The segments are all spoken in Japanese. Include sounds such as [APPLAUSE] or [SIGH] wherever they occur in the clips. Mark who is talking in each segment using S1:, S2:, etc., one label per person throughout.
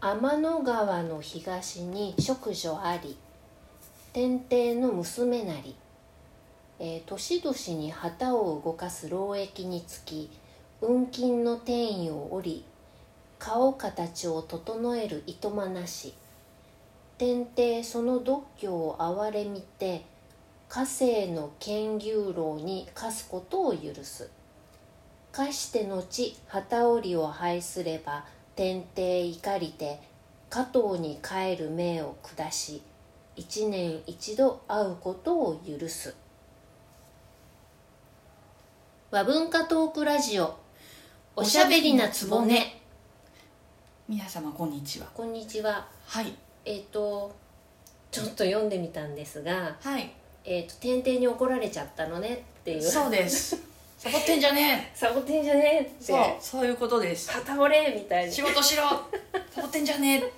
S1: 天の川の東に職女あり天帝の娘なり、えー、年々に旗を動かす労役につき運金の転移を折り顔形を整えるいとまなし天帝その独居を憐れみて家政の剣牛郎に課すことを許す課して後旗織を拝すれば天帝怒りて加藤に帰る命を下し一年一度会うことを許す和文化トークラジオおしゃべりなつぼね
S2: 皆様こんにちは
S1: こんにちは
S2: はい
S1: えっ、とちょっと読んでみたんですが
S2: はい
S1: 「えっと天帝に怒られちゃったのね」っていう
S2: そうです
S1: [LAUGHS]
S2: サボってんじゃね
S1: 「サボってんじゃねえ」っ
S2: え
S1: て
S2: そうそういうことで
S1: 「
S2: す
S1: 旗折れ」みたいな
S2: 仕事しろサボってんじゃねえ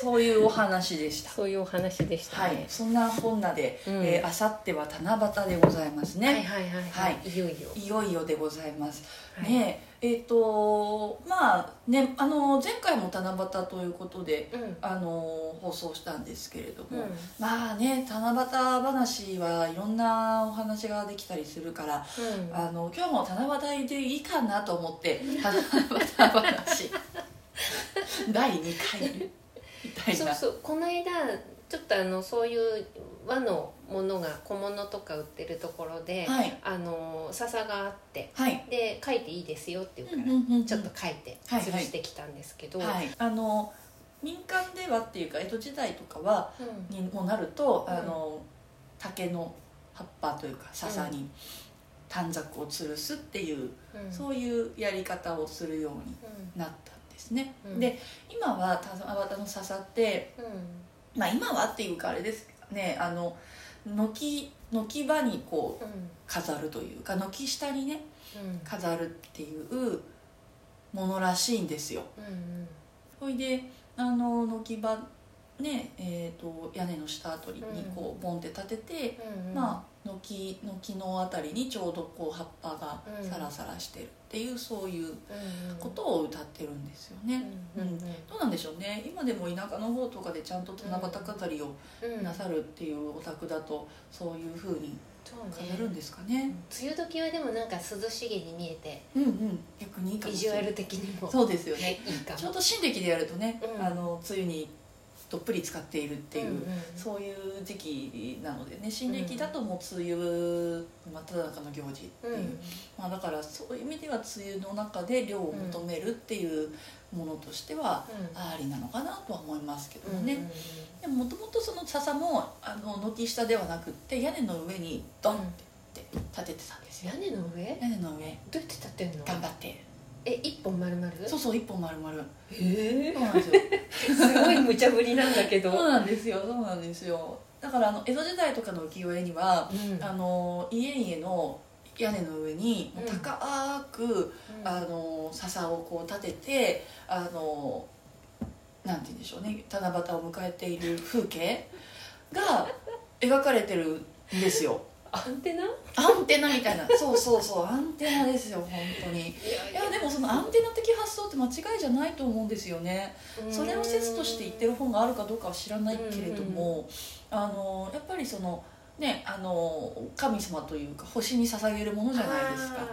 S2: そういうお話でした
S1: そういうお話でした
S2: はい
S1: ね、
S2: そんな本なで、
S1: うん
S2: えーあさっては七夕でございますね、
S1: はいはいはいはい、、
S2: はい
S1: よいよ、
S2: いよいよでございます、
S1: はい
S2: ねええっ、とまあねあの前回も七夕ということで
S1: うん
S2: あの放送したんですけれど
S1: うん
S2: も、まあね七夕話はいろんなお話ができたりするから
S1: うん
S2: あの今日も七夕でいいかなと思って七夕話第2回
S1: [LAUGHS]
S2: みたい
S1: そう
S2: な
S1: そうこの間ちょっとあのそういう和のものが小物とか売ってるところで、
S2: はい
S1: あの笹があって
S2: はい、
S1: で書いていいですよっていうから、
S2: うんうんうん
S1: ちょっと書いて
S2: はい
S1: 潰してきたんですけど、
S2: はい、あの民間ではっていうか江戸時代とかは
S1: うん
S2: にもなると、
S1: うん
S2: あの竹の葉っぱというか笹に短冊を吊るすっていう、
S1: うん
S2: そういうやり方をするようになったんですね、
S1: うん
S2: で今は七夕の笹って、
S1: うん
S2: まあ、今はっていうかあれですねあの軒軒場にこう
S1: うん
S2: 飾るというか軒下にね
S1: うん
S2: 飾るっていうものらしいんですよ
S1: うん
S2: ほいであの軒場ねえー、と屋根の下あたりにこうボンって立てて、
S1: うんうん
S2: まあ軒軒のあたりにちょうどこう葉っぱが
S1: うん
S2: サラサラしてるっていう、そういう
S1: うんうん
S2: ことを歌ってるんですよ
S1: う
S2: ね、
S1: んうんうん
S2: どうなんでしょうね今でも田舎の方とかでちゃんと七夕飾りを
S1: うん
S2: なさるっていうお宅だとそういうふうに
S1: そう
S2: 飾るん
S1: ね
S2: ですか
S1: う
S2: ね
S1: ん梅雨時はでもなんか涼しげに見えて
S2: うんうん逆にいいか
S1: ビ
S2: もし
S1: ジ
S2: れ
S1: ュ
S2: な
S1: ア
S2: い
S1: ル的にも
S2: そうですよね
S1: いいかも
S2: ちょうど新暦でやるとね、
S1: うん
S2: あの梅雨にどっぷり使っているっていう、
S1: んん
S2: そういう時期なのでね新暦だともう梅雨真っ只中の行事ってい
S1: う
S2: う、
S1: ん
S2: まあ、だからそういう意味では梅雨の中で涼を求めるっていうものとしては
S1: うん
S2: ありなのかなとは思いますけど
S1: うんうん
S2: ね、でももともとその笹もあの軒下ではなくって屋根の上にドンって立ててたんですよ
S1: 屋根の上どう
S2: 屋根の上
S1: やって立ってんの
S2: 頑張って
S1: え一本丸々
S2: そうそう一本丸々
S1: へ
S2: そうなん [LAUGHS] ですよ
S1: えすごい無茶ぶりなんだけど
S2: そうなんですよそうなんですよだからあの江戸時代とかの浮世絵には
S1: うん
S2: あの家々の屋根の上にもう高く
S1: うん
S2: あの笹をこう立ててあのなんて言うんでしょうね七夕を迎えている風景が描かれてるんです [LAUGHS] よ
S1: アンテナい
S2: アンテナみたいなそうそうそうアンテナですよ本当にい
S1: や
S2: やでもそのアンテナ的発想って間違いじゃないと思うんですよねそれを説として言ってる本があるかどうかは知らないけれどもあのやっぱりそのねあの神様というか星に捧げるものじゃないですか
S1: か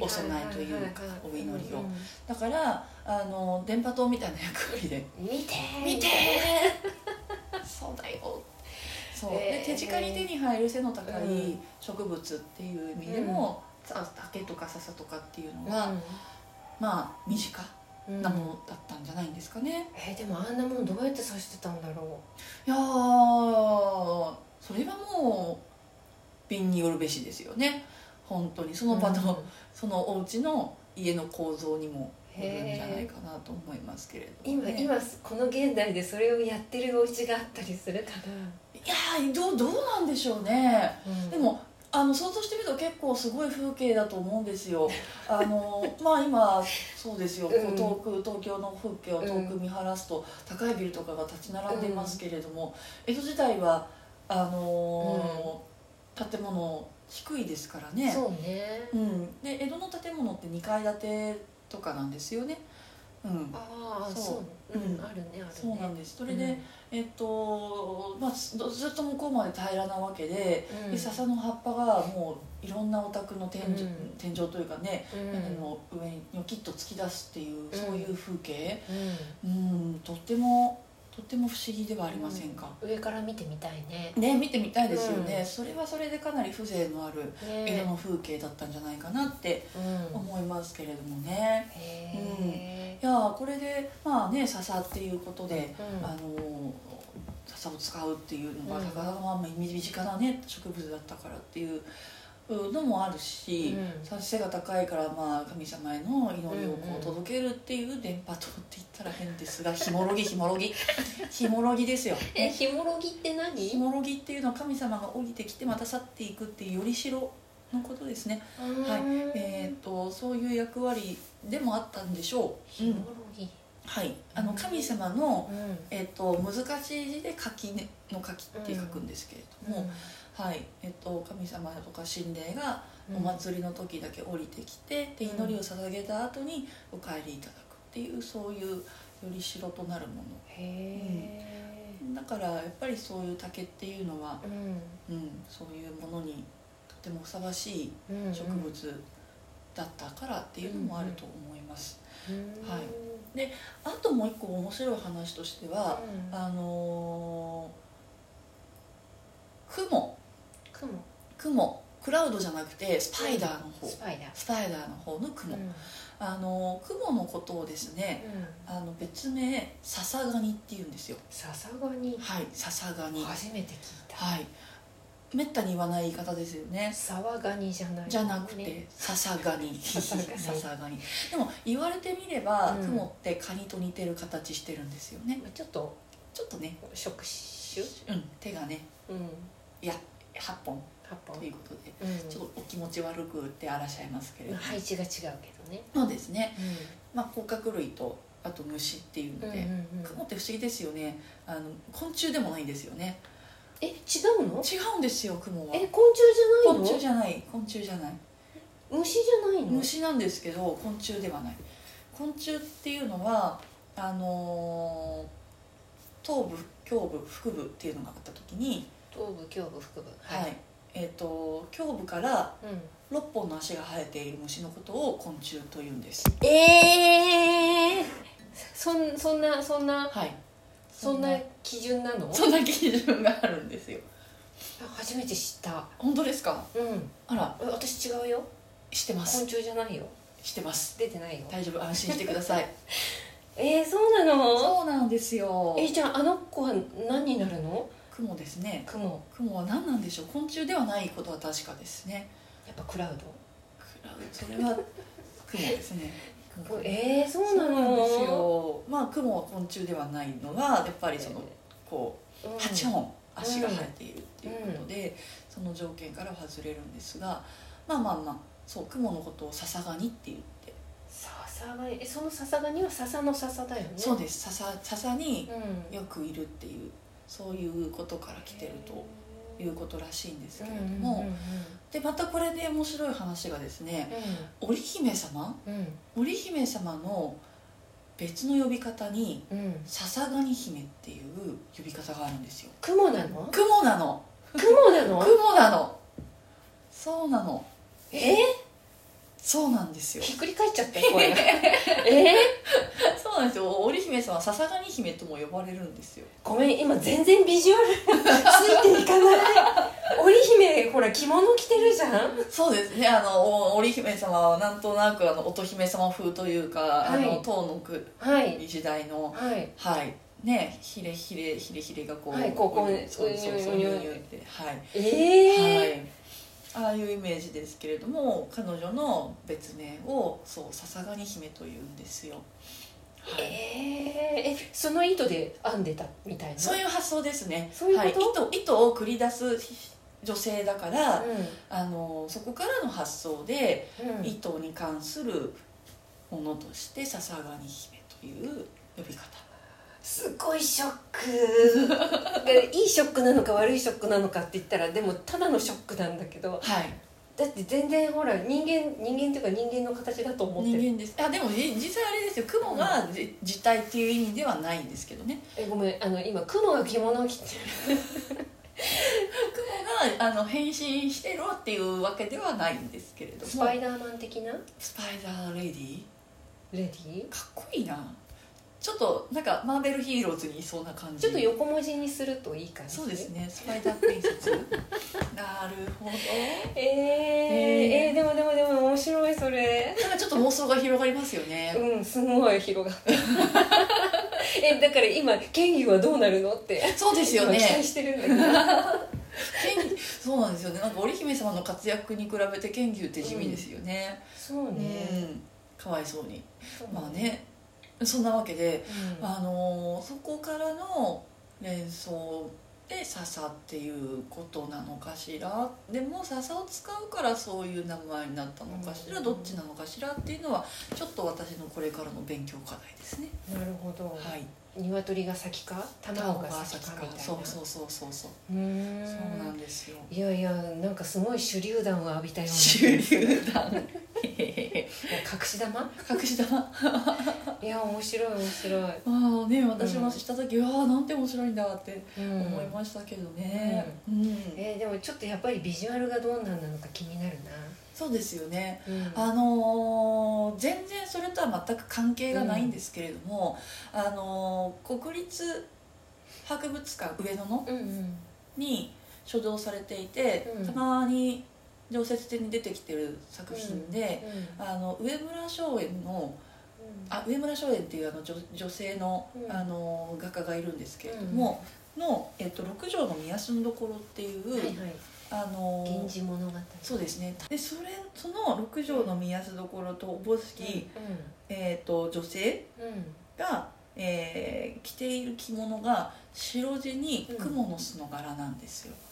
S2: お供えというかお祈りをだからあの電波塔みたいな役割で
S1: 見て
S2: 「見て!」そうだよそう、
S1: えー
S2: で手近に手に入る背の高
S1: う
S2: い
S1: ん
S2: 植物っていう意味でも、さ竹とか笹とかっていうのは、
S1: うん
S2: まあ身近
S1: うん
S2: なものだったんじゃないんですかね、
S1: えでもあんなもんどうやって刺してたんだろ
S2: いやーそれはもう便によるべしですよね本当にそうの場の、
S1: うん
S2: そのお家の家の構造にもよるんじゃない
S1: へえ
S2: かなと思いますけれども
S1: 今
S2: ね、
S1: 今この現代でそれをやってるお家があったりするか
S2: いやーどうどうなんでしょうね、
S1: なうん
S2: でもあの想像してみると結構すごい風景だと思うんで
S1: [LAUGHS]
S2: すよあのまあ今そうですよ、こう
S1: うん
S2: 遠く東京の風景を遠
S1: う
S2: く見晴らすと、高いビルとかが立ち並んでいますけれども、江戸時代はあのー建物低いですからね
S1: そうね
S2: うん、で江戸の建物って2階建てとかなんですよねうん
S1: ああ
S2: そ
S1: そううう
S2: うん
S1: んあるねあるね
S2: そうなんですそ
S1: そ
S2: れで、えっとまあ、すどずっと向こうまで平らなわけで,、
S1: うん
S2: で笹の葉っぱがもういろんなお宅の天
S1: う
S2: 井,、
S1: ん
S2: 天井というかね、
S1: うん
S2: 屋根の上にニョキッと突き出すっていう、そういう風景、
S1: うん
S2: うん、とってもとっても不思議ではありませんか、
S1: 上から見てみたいね
S2: ね見てみたいですよね、
S1: うん
S2: それはそれでかなり風情のある色
S1: ね
S2: の風景だったんじゃないかなって
S1: うん
S2: 思いますけれどもね、
S1: へえ
S2: いやーこれでまあね笹っていうことで、
S1: うん
S2: あの笹を使うっていうのが
S1: うん
S2: 高田まあ身近なね植物だったからっていうのもあるし、
S1: うん
S2: 背が高いからまあ神様への祈りを
S1: うん
S2: こ
S1: うん
S2: う届けるっていう電波塔って言ったら変ですがひ
S1: [LAUGHS]
S2: もろぎひもろぎひもろぎですよ。
S1: えひもろぎって
S2: ひ
S1: 何
S2: もろぎっていうのは神様が降りてきてまた去っていくっていうよりしろのことですね、はいえー、とそういう役割でもあったんでしょう、
S1: ひもろぎ
S2: はい、あの神様の
S1: うん
S2: えっと難しい字で柿ねの柿って書くんですけれども、はいえっと神様とか神霊が
S1: うん
S2: お祭りの時だけ降りてきて、で
S1: うん
S2: 祈りを捧げた後にお帰りいただくっていうそういうよりしろとなるも
S1: へえ
S2: のだからやっぱりそういう竹っていうのは、
S1: うん
S2: うん、そういうものにとてもふさわしい
S1: うんうん
S2: 植物だったからっていうのもあると思います。
S1: うん
S2: はいあともう一個面白い話としては、
S1: うん
S2: あのー雲
S1: 雲
S2: 雲クラウドじゃなくてスパイダーの方
S1: スパイダー
S2: スパイダーの方の雲、
S1: うん
S2: あの雲のことをですね
S1: うん
S2: あの別名笹ガニって言うんですよ
S1: 笹ガニ
S2: はい笹ガニは
S1: 初めて聞いた
S2: いめったに言わない言い方ですよね
S1: 沢ガニじゃない
S2: じゃなく
S1: ね
S2: て笹ガ
S1: [LAUGHS]
S2: ニ
S1: 笹ガニ
S2: 笹ガニでも言われてみれば、
S1: うん
S2: 雲ってカニと似てる形してるんですよね
S1: ちょっと
S2: ちょっとね、
S1: 触手
S2: うん、手がね
S1: うん
S2: 8本
S1: 葉っぱ
S2: ということで
S1: うん
S2: ちょっとお気持ち悪くってあらしゃいますけれども、
S1: 配置が違うけどね
S2: そうですね、まあ、甲殻類とあと虫っていう
S1: うん
S2: ので、
S1: うんうん
S2: 雲って不思議ですよねあの昆虫でもないんですよね
S1: え違うの
S2: 違うんですよ雲は
S1: え昆虫じゃない
S2: 昆
S1: の
S2: 虫じゃない昆虫じゃない
S1: 虫じゃないの
S2: 虫なんですけど昆虫ではない昆虫っていうのはあのー頭部胸部腹部っていうのがあった時に、
S1: 頭部胸部腹部
S2: はいえー、と胸部から
S1: うん
S2: 6本の足が生えている虫のことを昆虫というんです
S1: ええそんそんなそんな
S2: はい
S1: そんな基準なの
S2: [LAUGHS] そんな基準があるんですよ
S1: あ初めて知った
S2: 本当ですか
S1: うん
S2: あら
S1: え私違うよ
S2: してま
S1: 昆
S2: す
S1: 虫じゃないよ
S2: してます
S1: 出てないよ
S2: 大丈夫安心してください
S1: えー、そうなの
S2: [LAUGHS] そうなんですよ
S1: えー、じゃああの子は何になるの
S2: 雲ですね
S1: 雲
S2: 雲は何なんでしょう昆虫ではないことは確かですね
S1: やっぱクラウ
S2: それは雲です [LAUGHS] ね
S1: ドえー、そうなの
S2: なんですよまあ雲は昆虫ではないのはやっぱりそのこ
S1: うん
S2: う8本足が生えているっていうことで、その条件からは外れるんですがまあまあまあそう雲のことを笹ガニって言って、
S1: 笹がえその笹がには笹の笹だよね
S2: そうです笹笹に
S1: うん
S2: よくいるっていうそういうことから来てるということらしいんですけれども、
S1: も
S2: でまたこれで面白い話がですね
S1: う
S2: 織姫様
S1: んうん
S2: 織姫様の別の呼び方に
S1: うんうん
S2: 笹ガニ姫っていう呼び方があるんですよ
S1: 雲なの
S2: 雲なの
S1: 雲なの
S2: 雲なのそうなの
S1: え
S2: そうなんです
S1: ー、
S2: よ
S1: ひっくり返っちゃった声 [LAUGHS] えー、
S2: [LAUGHS] そうなんですよ織姫様は笹ガニ姫とも呼ばれるんですよ
S1: ごめん今全然ビジュアル [LAUGHS] ついていかない織姫ほら着物着てるじゃん
S2: そうですねあのお織姫様はなんとなくあの乙姫様風というか、
S1: はい
S2: あの唐の国
S1: はい
S2: 時代の
S1: はい
S2: はいねひれひれひれひれがこう、
S1: はいこうこう
S2: そうそうそう
S1: うに
S2: ニ
S1: ゅうにゅ
S2: ュ
S1: う
S2: ーニューってはい、
S1: え
S2: は
S1: ー、
S2: いああいうイメージですけれども彼女の別名をそう笹ガニ姫というんですよはい、
S1: えー、えその糸で編んでたみたいな
S2: そういう発想ですね
S1: そういう
S2: はい、
S1: こ
S2: 糸糸を繰り出す女性だから、
S1: うん
S2: あのそこからの発想で、
S1: うん
S2: 糸に関するものとして笹ガニ姫という呼び方
S1: すごいショッ [LAUGHS] クでいいショックなのか悪いショックなのかって言ったらでもただのショックなんだけど
S2: はい
S1: だって全然ほら人間人間っていうか人間の形だと思ってる
S2: 人間ですあでもじ実際あれですよ雲がじ実体っていう意味ではないんですけどね
S1: えごめんあの今雲が着物を着て
S2: 雲があの変身してろっていうわけではないんですけれど
S1: る
S2: も
S1: スパイダーマン的な
S2: スパイダーレディ
S1: レディー
S2: かっこいいなちょっとなんかマーベルヒーローズにいそうな感じ
S1: ちょっと横文字にするといい感じ
S2: そうですねスパイダープリンセス [LAUGHS] なるほど
S1: えー、えーでもでもでも面白いそれ
S2: なんかちょっと妄想が広がりますよね
S1: うんすごい広がった [LAUGHS] えだから今権威はどうなるのって
S2: そうですよね
S1: 今期待してるんだけど
S2: 剣そうなんですよねなんか織姫様の活躍に比べて剣牛って地味ですよね、
S1: そう
S2: うん
S1: ね、
S2: かわいそうにまあねそんなわけで、
S1: うん、
S2: あのーそこからの連想で笹っていうことなのかしらでも笹を使うからそういう名前になったのかしら、
S1: うん
S2: どっちなのかしらっていうのはちょっと私のこれからの勉強課題ですね、
S1: なるほど、
S2: はい
S1: 鶏が先か卵が先かみたいな
S2: そうそうそうそうそう、
S1: うーん
S2: そうなんですよ
S1: いやいやなんかすごい手榴弾を浴びたような
S2: [LAUGHS] 手榴弾
S1: 隠し玉
S2: 隠し玉
S1: いや面白い面白い、
S2: まあね私もした時、うわあなんて面白いんだって
S1: うん
S2: 思いましたけどね、うん
S1: えーでもちょっとやっぱりビジュアルがどうなんなのか気になる
S2: そうですよね
S1: な、うん、
S2: あのー全然それとは全く関係がないんですけれども、あのー国立博物館上野の
S1: うんうん
S2: に所蔵されていて、
S1: うん
S2: たまに常設展に出てきてる作品で、あの上村松園のあ上村松園っていうあの女女性の,、
S1: うん
S2: あの画家がいるんですけれども、の、えっと、六条の宮住所っていう、
S1: はいはい
S2: あの
S1: 「源氏物語」
S2: そうですねでそれその六条の宮住所とおぼしき、えっと女性
S1: うんうん
S2: が、えー着ている着物が白地に
S1: うん
S2: 蜘蛛の巣の柄なんですよ、
S1: うんうん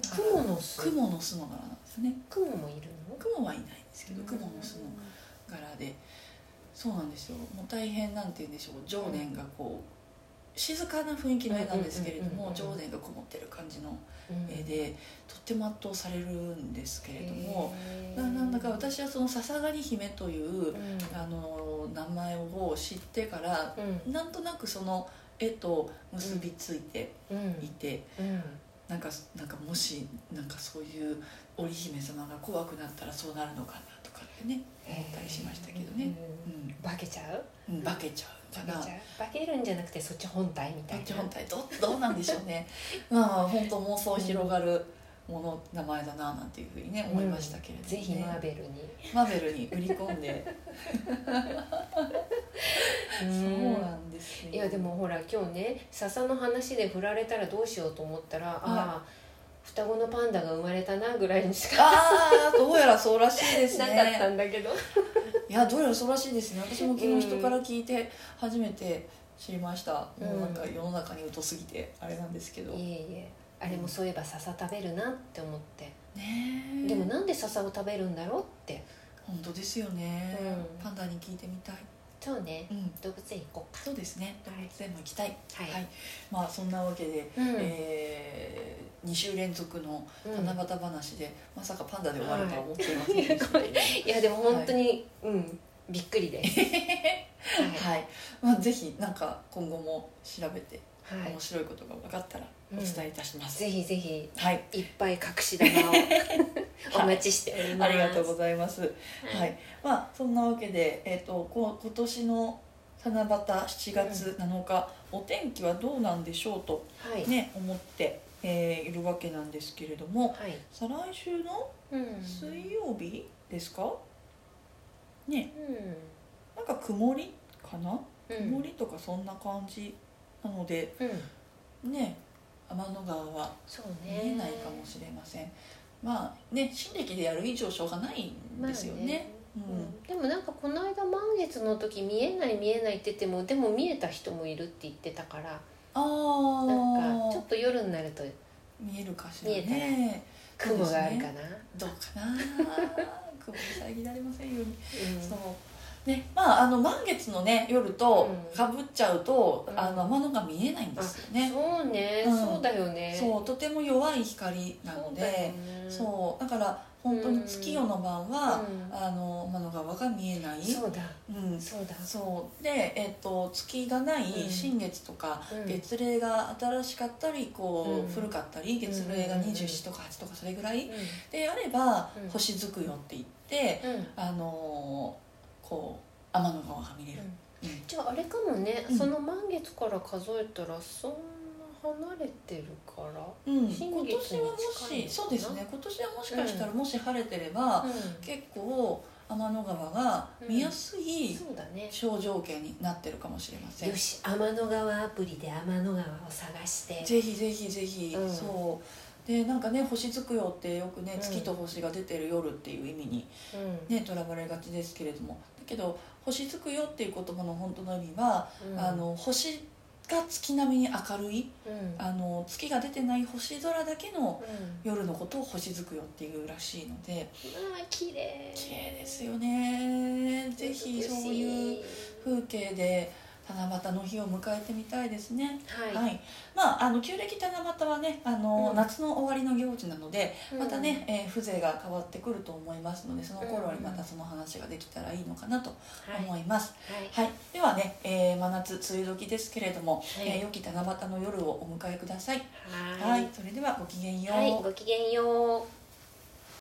S1: 雲の巣
S2: 蜘蛛の巣の柄なんですね
S1: 雲もいるの
S2: 雲はいないんですけど蜘蛛の巣の柄でそうなんですよもう大変なんて言うんでしょう情念がこう静かな雰囲気の絵なんですけれど
S1: うんうんうんう
S2: も
S1: ん
S2: 情念がこもってる感じの
S1: うん
S2: 絵でとっても圧倒されるんですけれども、
S1: へー
S2: ななんだか私はその笹狩姫という
S1: う、ん
S2: あの名前を知ってから
S1: うん
S2: なんとなくその絵と結びついて
S1: うん
S2: いて、
S1: うん
S2: なんかなんかもしなんかそういう織姫様が怖くなったらそうなるのかなとかってね思ったりしましたけどね、うん
S1: 化けちゃう
S2: うん、化けちゃうかな
S1: 化けちゃう化けるんじゃなくてそっち本体みたいな
S2: 日本体どどう [LAUGHS] なんでしょうねまあ本当妄想広がるもの名前だななんていうふうにね思いましたけれども、ね
S1: ぜひマーベル
S2: [LAUGHS]
S1: に
S2: マーベルに売り込んで
S1: そ
S2: そうなんですよ
S1: いやでもほら今日ね笹の話で振られたらどうしようと思ったら、ああ双子のパンダが生まれたなぐらいにしか
S2: ああどうやらそうらしいです
S1: なかった
S2: ね
S1: んだけど、
S2: いやどうやらそうらしいですね私も昨日人から聞いて初めて知りました、もうなんか世の中に疎すぎてあれなんですけど、ね
S1: いえいえあれもそういえば笹食べるなって思って、
S2: え
S1: でもなんで笹を食べるんだろうって
S2: 本当ですよね、
S1: うん
S2: パンダに聞いてみたい、
S1: そうね
S2: うん、
S1: 動物園行こうか
S2: そうですね動物園も行きたい
S1: はい、
S2: はいまあそんなわけで、
S1: うん
S2: え2週連続の
S1: うん
S2: 七夕話で、まさかパンダで終わるとは思っていませんでし
S1: [LAUGHS]
S2: た、
S1: は
S2: はい
S1: いやでも本当に、うんびっくりですは
S2: まあ、ぜひなんか今後も調べて
S1: い、はい
S2: 面白いことが分かったらお伝えいたします、
S1: ぜひぜひ
S2: はい、
S1: いっぱい隠し玉 [LAUGHS] をお待ちしておりま
S2: あ
S1: す、
S2: りがとうご
S1: ざい
S2: ざいます、
S1: ます
S2: はいまあそんなわけで、えっとこ今年の七夕7月7日、お天気はどうなんでしょうと
S1: はい、
S2: ね思って、えーいるわけなんですけれども
S1: はい
S2: 再来週の
S1: うん
S2: 水曜日ですかね
S1: う
S2: なんか曇りかな、
S1: ん、
S2: 曇りとかそんな感じなので
S1: うん、
S2: ね天の川は
S1: そうね
S2: 見えないかもしれません、まあね新暦でやる以上しょうがないんですよね,、、
S1: まあねうんでもなんかこの間満月の時見えない見えないって言ってもでも見えた人もいるって言ってたから
S2: あ
S1: な
S2: あ
S1: んかちょっと夜になると
S2: 見えるかしら
S1: 見えたら
S2: ね
S1: 雲があるかな、
S2: どうか
S1: [LAUGHS]
S2: な雲に遮られませんように、
S1: うん
S2: そうねまああの満月のね夜と
S1: うん
S2: かぶっちゃうと、
S1: うん
S2: あの天の川見えないんですよね、
S1: そうね、
S2: うん
S1: そうだよね
S2: そうとても弱い光なの
S1: そうだよ
S2: で
S1: ね
S2: そうだから本当に月夜の晩は、
S1: うん
S2: あの天の川が見えない、
S1: そうだ
S2: うん、
S1: そうだ
S2: そうで、えっと月がない
S1: うん
S2: 新月とか、
S1: うん
S2: 月齢が新しかったりこう、
S1: うん
S2: 古かったり月齢が24とか8とかそれぐらい、
S1: う
S2: であれば、
S1: うん
S2: 星づくよって言って、
S1: んうん
S2: あのーこう天の川が見れる、うん
S1: じゃああれかもね、
S2: うん
S1: その満月から数えたらそんな離れてるから、
S2: うん
S1: 新
S2: 今
S1: 月に
S2: 年
S1: 近いの
S2: はも
S1: か
S2: し
S1: な
S2: そうですね今年はもしかしたらもし晴れてれば、
S1: うん、
S2: 結構天の川が見やすい
S1: そうだね
S2: 小条件になってるかもしれません、
S1: よし天の川アプリで天の川を探して
S2: ぜひぜひぜひ、
S1: うん
S2: そうでなんかね星づくよってよくね
S1: うん
S2: 月と星が出てる夜っていう意味に
S1: うん
S2: ねとらわれがちですけれどもだけど星づくよっていう言葉の本当の意味は、
S1: うん
S2: あの星が月並みに明るい
S1: うん
S2: あの月が出てない星空だけの
S1: うん
S2: 夜のことを星づくよっていうらしいので
S1: まあ綺麗
S2: 綺麗ですよねぜひそうい
S1: 美
S2: う
S1: し
S2: 風景で七夕の日を迎えてみたいですね。
S1: はい、
S2: はい、まああの旧暦七夕はねあの、
S1: うん
S2: 夏の終わりの行事なので
S1: うん
S2: またね、えー風情が変わってくると思いますのでその頃にまたその話ができたらいいのかなと
S1: はい
S2: 思います、
S1: はい
S2: はいではね、えー真夏梅雨時ですけれども、
S1: はい
S2: えー良き七夕の夜をお迎えください、
S1: は
S2: はいい、それではごきげんよう、
S1: はい、ごきげんよう